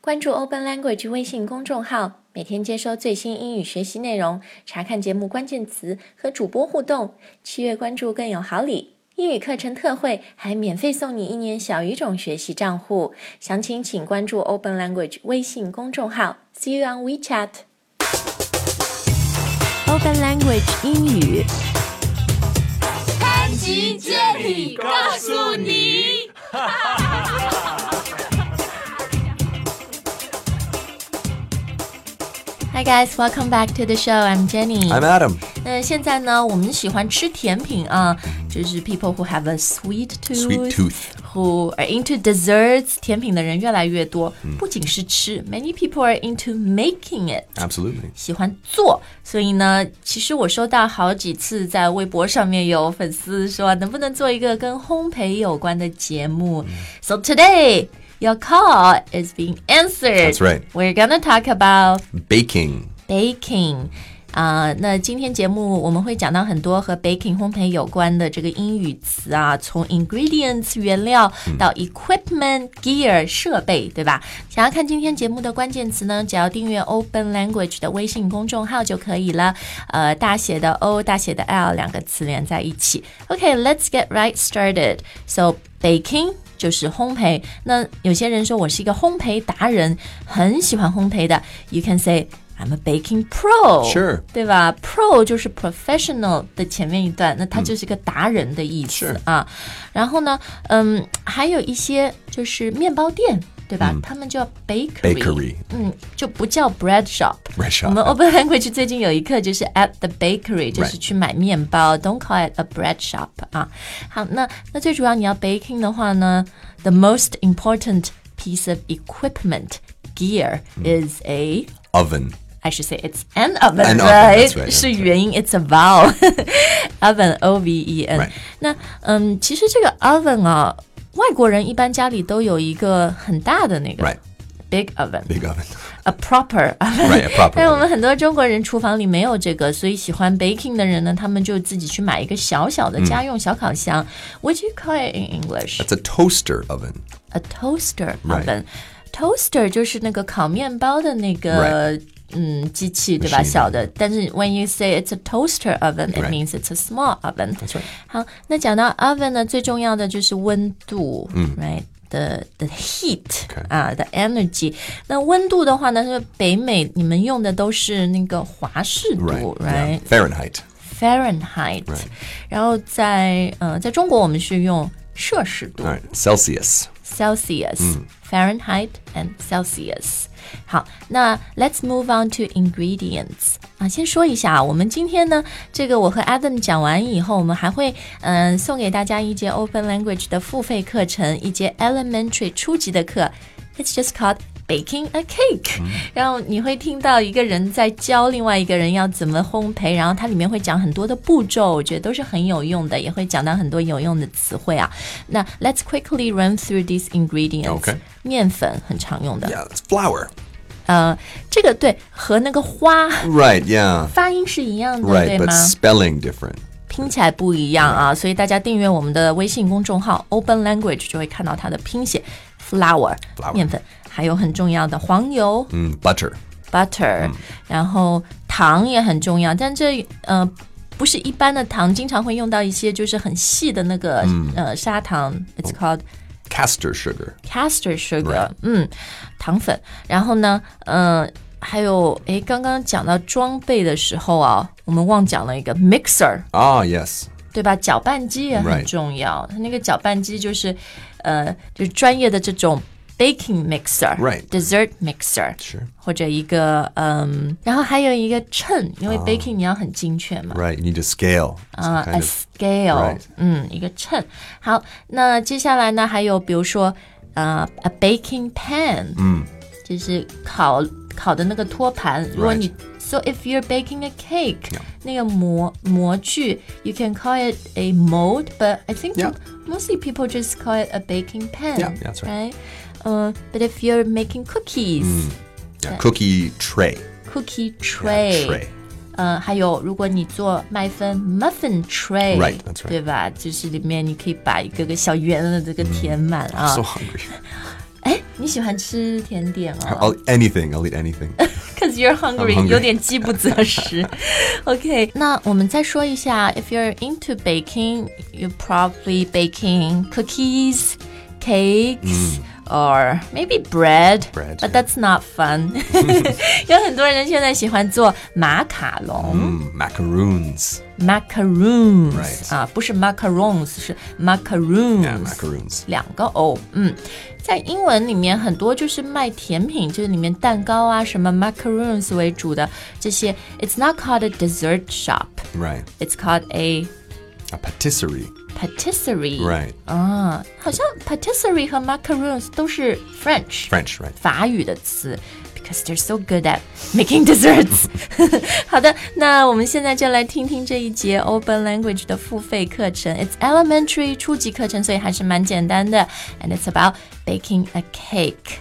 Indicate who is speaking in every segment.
Speaker 1: 关注 Open Language 微信公众号，每天接收最新英语学习内容，查看节目关键词和主播互动。七月关注更有好礼，英语课程特惠还免费送你一年小语种学习账户。详情请关注 Open Language 微信公众号。See you on WeChat。
Speaker 2: Open Language 英语。
Speaker 3: 班级接力告诉你。
Speaker 1: Hi guys, welcome back to the show. I'm Jenny.
Speaker 4: I'm Adam.
Speaker 1: 那现在呢，我们喜欢吃甜品啊，就是 people who have a sweet tooth,
Speaker 4: Sweet tooth.
Speaker 1: who are into desserts，甜品的人越来越多。不仅是吃，many people are into making it。
Speaker 4: Absolutely.
Speaker 1: 喜欢做，所以呢，其实我收到好几次在微博上面有粉丝说，能不能做一个跟烘焙有关的节目、s o today your call is being answered.
Speaker 4: That's right.
Speaker 1: We're gonna talk about
Speaker 4: Baking.
Speaker 1: baking 啊、那今天节目我们会讲到很多和 baking 烘焙有关的这个英语词啊，从 ingredients 原料到 equipment gear 设备，对吧？想要看今天节目的关键词呢，只要订阅 Open Language 的微信公众号就可以了。呃，大写的 O，大写的 L 两个词连在一起。OK，let's、get right started. So baking 就是烘焙。那有些人说我是一个烘焙达人，很喜欢烘焙的。You can say I'm a baking pro，
Speaker 4: Sure
Speaker 1: 对吧？Pro 就是 professional 的前面一段，那它就是一个达人的意思、啊。然后呢，嗯，还有一些就是面包店。对吧？他们叫 bakery，,
Speaker 4: Bakery
Speaker 1: 嗯，就不叫 bread shop。
Speaker 4: Bread shop
Speaker 1: 我们 Open Language 最近有一课就是 at the bakery，就是去买面包。Don't call it a bread shop 啊。好，那那最主要你要 baking 的话呢，the most important piece of equipment gear is a、
Speaker 4: Oven.
Speaker 1: I should say it's an oven,
Speaker 4: An oven,
Speaker 1: right?
Speaker 4: that's right, that's
Speaker 1: 是元音，it's a vowel. oven, o v e n.
Speaker 4: Right.
Speaker 1: 那嗯，其实这个 oven 啊，外国人一般家里都有一个很大的那个
Speaker 4: Right.
Speaker 1: big oven,
Speaker 4: Big oven.
Speaker 1: a proper oven.
Speaker 4: Right. A proper
Speaker 1: 但是我
Speaker 4: oven.
Speaker 1: 们很多中国人厨房里没有这个，所以喜欢 baking 的人呢，他们就自己去买一个小小的家用小烤箱。What do you call it in English?
Speaker 4: That's a toaster oven.
Speaker 1: a toaster
Speaker 4: Right.
Speaker 1: oven。toaster 就是那个烤面包的那个。嗯，机器对吧？
Speaker 4: Machine
Speaker 1: 小的，但是 when you say it's a toaster oven, it
Speaker 4: Right.
Speaker 1: means it's a small oven.
Speaker 4: That's right.
Speaker 1: 好，那讲到 oven 呢，最重要的就是温度，嗯，right。The the heat 啊、t h e energy。那温度的话呢，是北美你们用的都是那个华氏度
Speaker 4: Right.
Speaker 1: right？
Speaker 4: Yeah. Fahrenheit.
Speaker 1: Fahrenheit，、然后在呃，在中国我们是用摄氏度
Speaker 4: All right. Celsius.
Speaker 1: Celsius, Fahrenheit and Celsius。好，那 Let's move on to ingredients 啊，先说一下啊，我们今天呢，这个我和 Adam 讲完以后，我们还会嗯、呃送给大家一节 Open Language 的付费课程，一节 Elementary 初级的课。It's just called baking a cake，、然
Speaker 4: 嗯
Speaker 1: 后你会听到一个人在教另外一个人要怎么烘焙，然后它里面会讲很多的步骤，我觉得都是很有用的，也会讲到很多有用的词汇啊。那 Let's quickly run through these ingredients。
Speaker 4: Okay
Speaker 1: 面粉很常用的
Speaker 4: Yeah. That's flour.
Speaker 1: 呃，这个对和那个花
Speaker 4: Right. Yeah.
Speaker 1: 发音是一样的对
Speaker 4: Right. But
Speaker 1: 吗？
Speaker 4: spelling different.
Speaker 1: 拼起来不一样啊，所以大家订阅我们的微信公众号 Open Language 就会看到它的拼写 flour
Speaker 4: Flour
Speaker 1: 面粉，还有很重要的黄油
Speaker 4: Mm, butter.
Speaker 1: butter，、然后糖也很重要，但这呃不是一般的糖，经常会用到一些就是很细的那个、呃砂糖，it's called
Speaker 4: Castor sugar.
Speaker 1: castor sugar，
Speaker 4: Right
Speaker 1: 嗯，糖粉。然后呢，嗯，还有诶，刚刚讲到装备的时候啊，我们忘讲了一个 mixer。
Speaker 4: Ah. Yes.
Speaker 1: 对吧？搅拌机也很
Speaker 4: Right.
Speaker 1: 重要，它那个搅拌机就是，呃，就是专业的这种 baking mixer、
Speaker 4: Right.
Speaker 1: dessert mixer，
Speaker 4: Sure.
Speaker 1: 或者一个嗯，然后还有一个秤，因
Speaker 4: 啊
Speaker 1: 为 baking 你要很精确嘛。
Speaker 4: Right. You need to scale. Some
Speaker 1: 啊、
Speaker 4: kind
Speaker 1: a
Speaker 4: of-
Speaker 1: scale，、
Speaker 4: right
Speaker 1: 嗯，一个秤。好，那接下来呢，还有比如说，呃，a baking pan，嗯，就是烤烤的那个托盘。如果你 so if you're baking a cake，、
Speaker 4: Yeah
Speaker 1: 那个模模具，you can call it a mold，but I think
Speaker 4: Yeah
Speaker 1: mostly people just call it a baking pan。
Speaker 4: Yeah, that's right.
Speaker 1: 嗯、b u t if you're making cookies，、
Speaker 4: yeah, cookie tray.
Speaker 1: cookie
Speaker 4: Yeah,
Speaker 1: tray，
Speaker 4: tray.
Speaker 1: 呃，还有如果你做麦芬 muffin tray，、
Speaker 4: Right, that's right. Uh.
Speaker 1: 对吧？就是里面你可以把一个个小圆的这个填满啊。
Speaker 4: So hungry.
Speaker 1: 哎，你喜欢吃甜点哦
Speaker 4: I'll anything. I'll eat anything.
Speaker 1: ？Cause you're hungry，,
Speaker 4: I'm hungry.
Speaker 1: 有点饥不择 食。OK，那我们再说一下，If you're into baking, you probably baking cookies, cakes.、Or maybe bread,
Speaker 4: Mm。 Bread,
Speaker 1: but
Speaker 4: yeah.
Speaker 1: that's not fun. 有很多人现在喜欢做马卡龙。
Speaker 4: Mm, macaroons.
Speaker 1: macaroons
Speaker 4: Right.
Speaker 1: 啊，不是 macarons，是 macaroons。
Speaker 4: Yeah, macaroons.
Speaker 1: 两个 o，嗯，在英文里面很多就是卖甜品，就是里面蛋糕啊，什么 macaroons 为主的这些。It's not called a dessert shop.
Speaker 4: Right.
Speaker 1: It's called a
Speaker 4: A patisserie.
Speaker 1: patisserie.
Speaker 4: Right.
Speaker 1: 啊，好像 patisserie 和 macaroons 都是 French。
Speaker 4: French. Right.
Speaker 1: 法语的词，because they're so good at making desserts。好 的，那我们现在就来听听这一节 Open Language 的付费课程，It's elementary 初级课程，所以还是蛮简单的，and it's about baking a cake。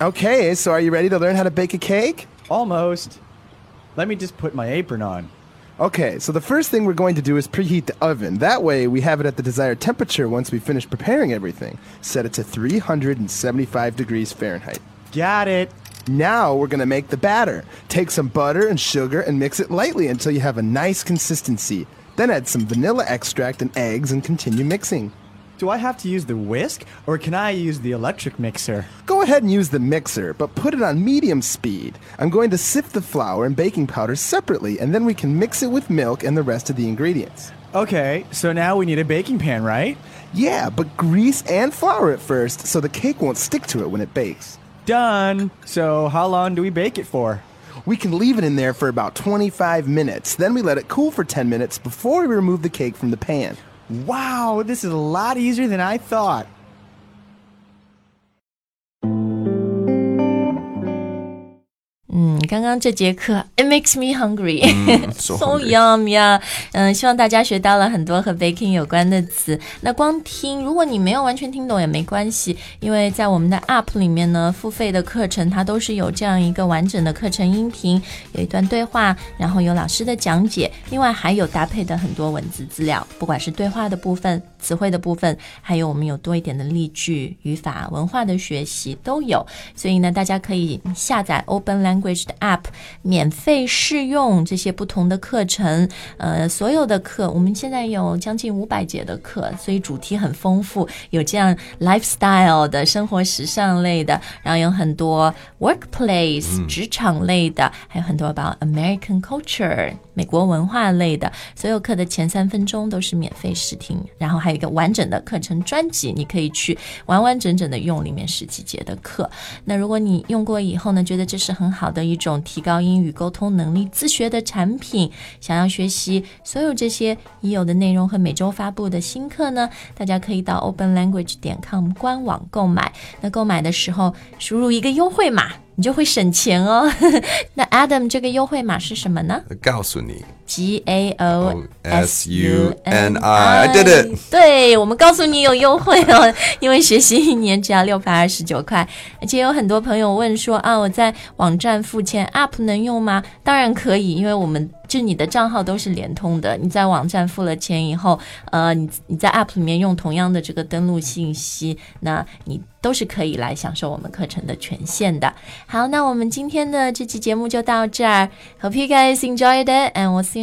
Speaker 5: Okay, so are you ready to learn how to bake a cake?
Speaker 6: Almost. Let me just put my apron on.
Speaker 5: Okay, so the first thing we're going to do is preheat the oven. That way, we have it at the desired temperature once we finish preparing everything. Set it to 375 degrees Fahrenheit.
Speaker 6: Got it.
Speaker 5: Now we're going to make the batter. Take some butter and sugar and mix it lightly until you have a nice consistency. Then add some vanilla extract and eggs and continue mixing.
Speaker 6: Do I have to use the whisk or can I use the electric mixer?
Speaker 5: Go ahead and use the mixer, but put it on medium speed. I'm going to sift the flour and baking powder separately, and then we can mix it with milk and the rest of the ingredients.
Speaker 6: Okay, so now we need a baking pan, right?
Speaker 5: Yeah, but grease and flour it first so the cake won't stick to it when it bakes.
Speaker 6: Done. So, how long do we bake it for?
Speaker 5: We can leave it in there for about 25 minutes, then we let it cool for 10 minutes before we remove the cake from the pan.
Speaker 6: Wow, this is a lot easier than I thought.
Speaker 1: Mm, 刚刚这节课，It makes me hungry，、
Speaker 4: so
Speaker 1: so
Speaker 4: hungry.
Speaker 1: yum yeah。嗯，希望大家学到了很多和 baking 有关的词。那光听，如果你没有完全听懂也没关系，因为在我们的 App 里面呢，付费的课程它都是有这样一个完整的课程音频，有一段对话，然后有老师的讲解，另外还有搭配的很多文字资料，不管是对话的部分、词汇的部分，还有我们有多一点的例句、语法、文化的学习都有。所以呢，大家可以下载 Open Language 的 App，免费试用这些不同的课程。呃，所有的课，我们现在有将近五百节的课，所以主题很丰富，有这样 lifestyle 的生活时尚类的，然后有很多 workplace、职场类的，还有很多 about American culture 美国文化类的。所有课的前三分钟都是免费试听，然后还有一个完整的课程专辑，你可以去完完整整的用里面十几节的课。那如果你用过以后呢，觉得这是很好的一种提高英语沟通能力自学的产品，想要学习所有这些已有的内容和每周发布的新课呢，大家可以到 openlanguage 点 com 官网购买。那购买的时候输入一个优惠码，你就会省钱哦。 那 Adam 这个优惠码是什么呢？
Speaker 4: Gaosuni.
Speaker 1: G A O S U N I。
Speaker 4: I did it.
Speaker 1: 对，我们告诉你有优惠哦， 因为学习一年只要六百二十九块，而且有很多朋友问说啊，我在网站付钱，App 能用吗？当然可以，因为我们。就你的账号都是联通的，你在网站付了钱以后，呃，你你在 App 里面用同样的这个登录信息，那你都是可以来享受我们课程的权限的。好，那我们今天的这期节目就到这儿。Hope you guys enjoyed it, and we'll see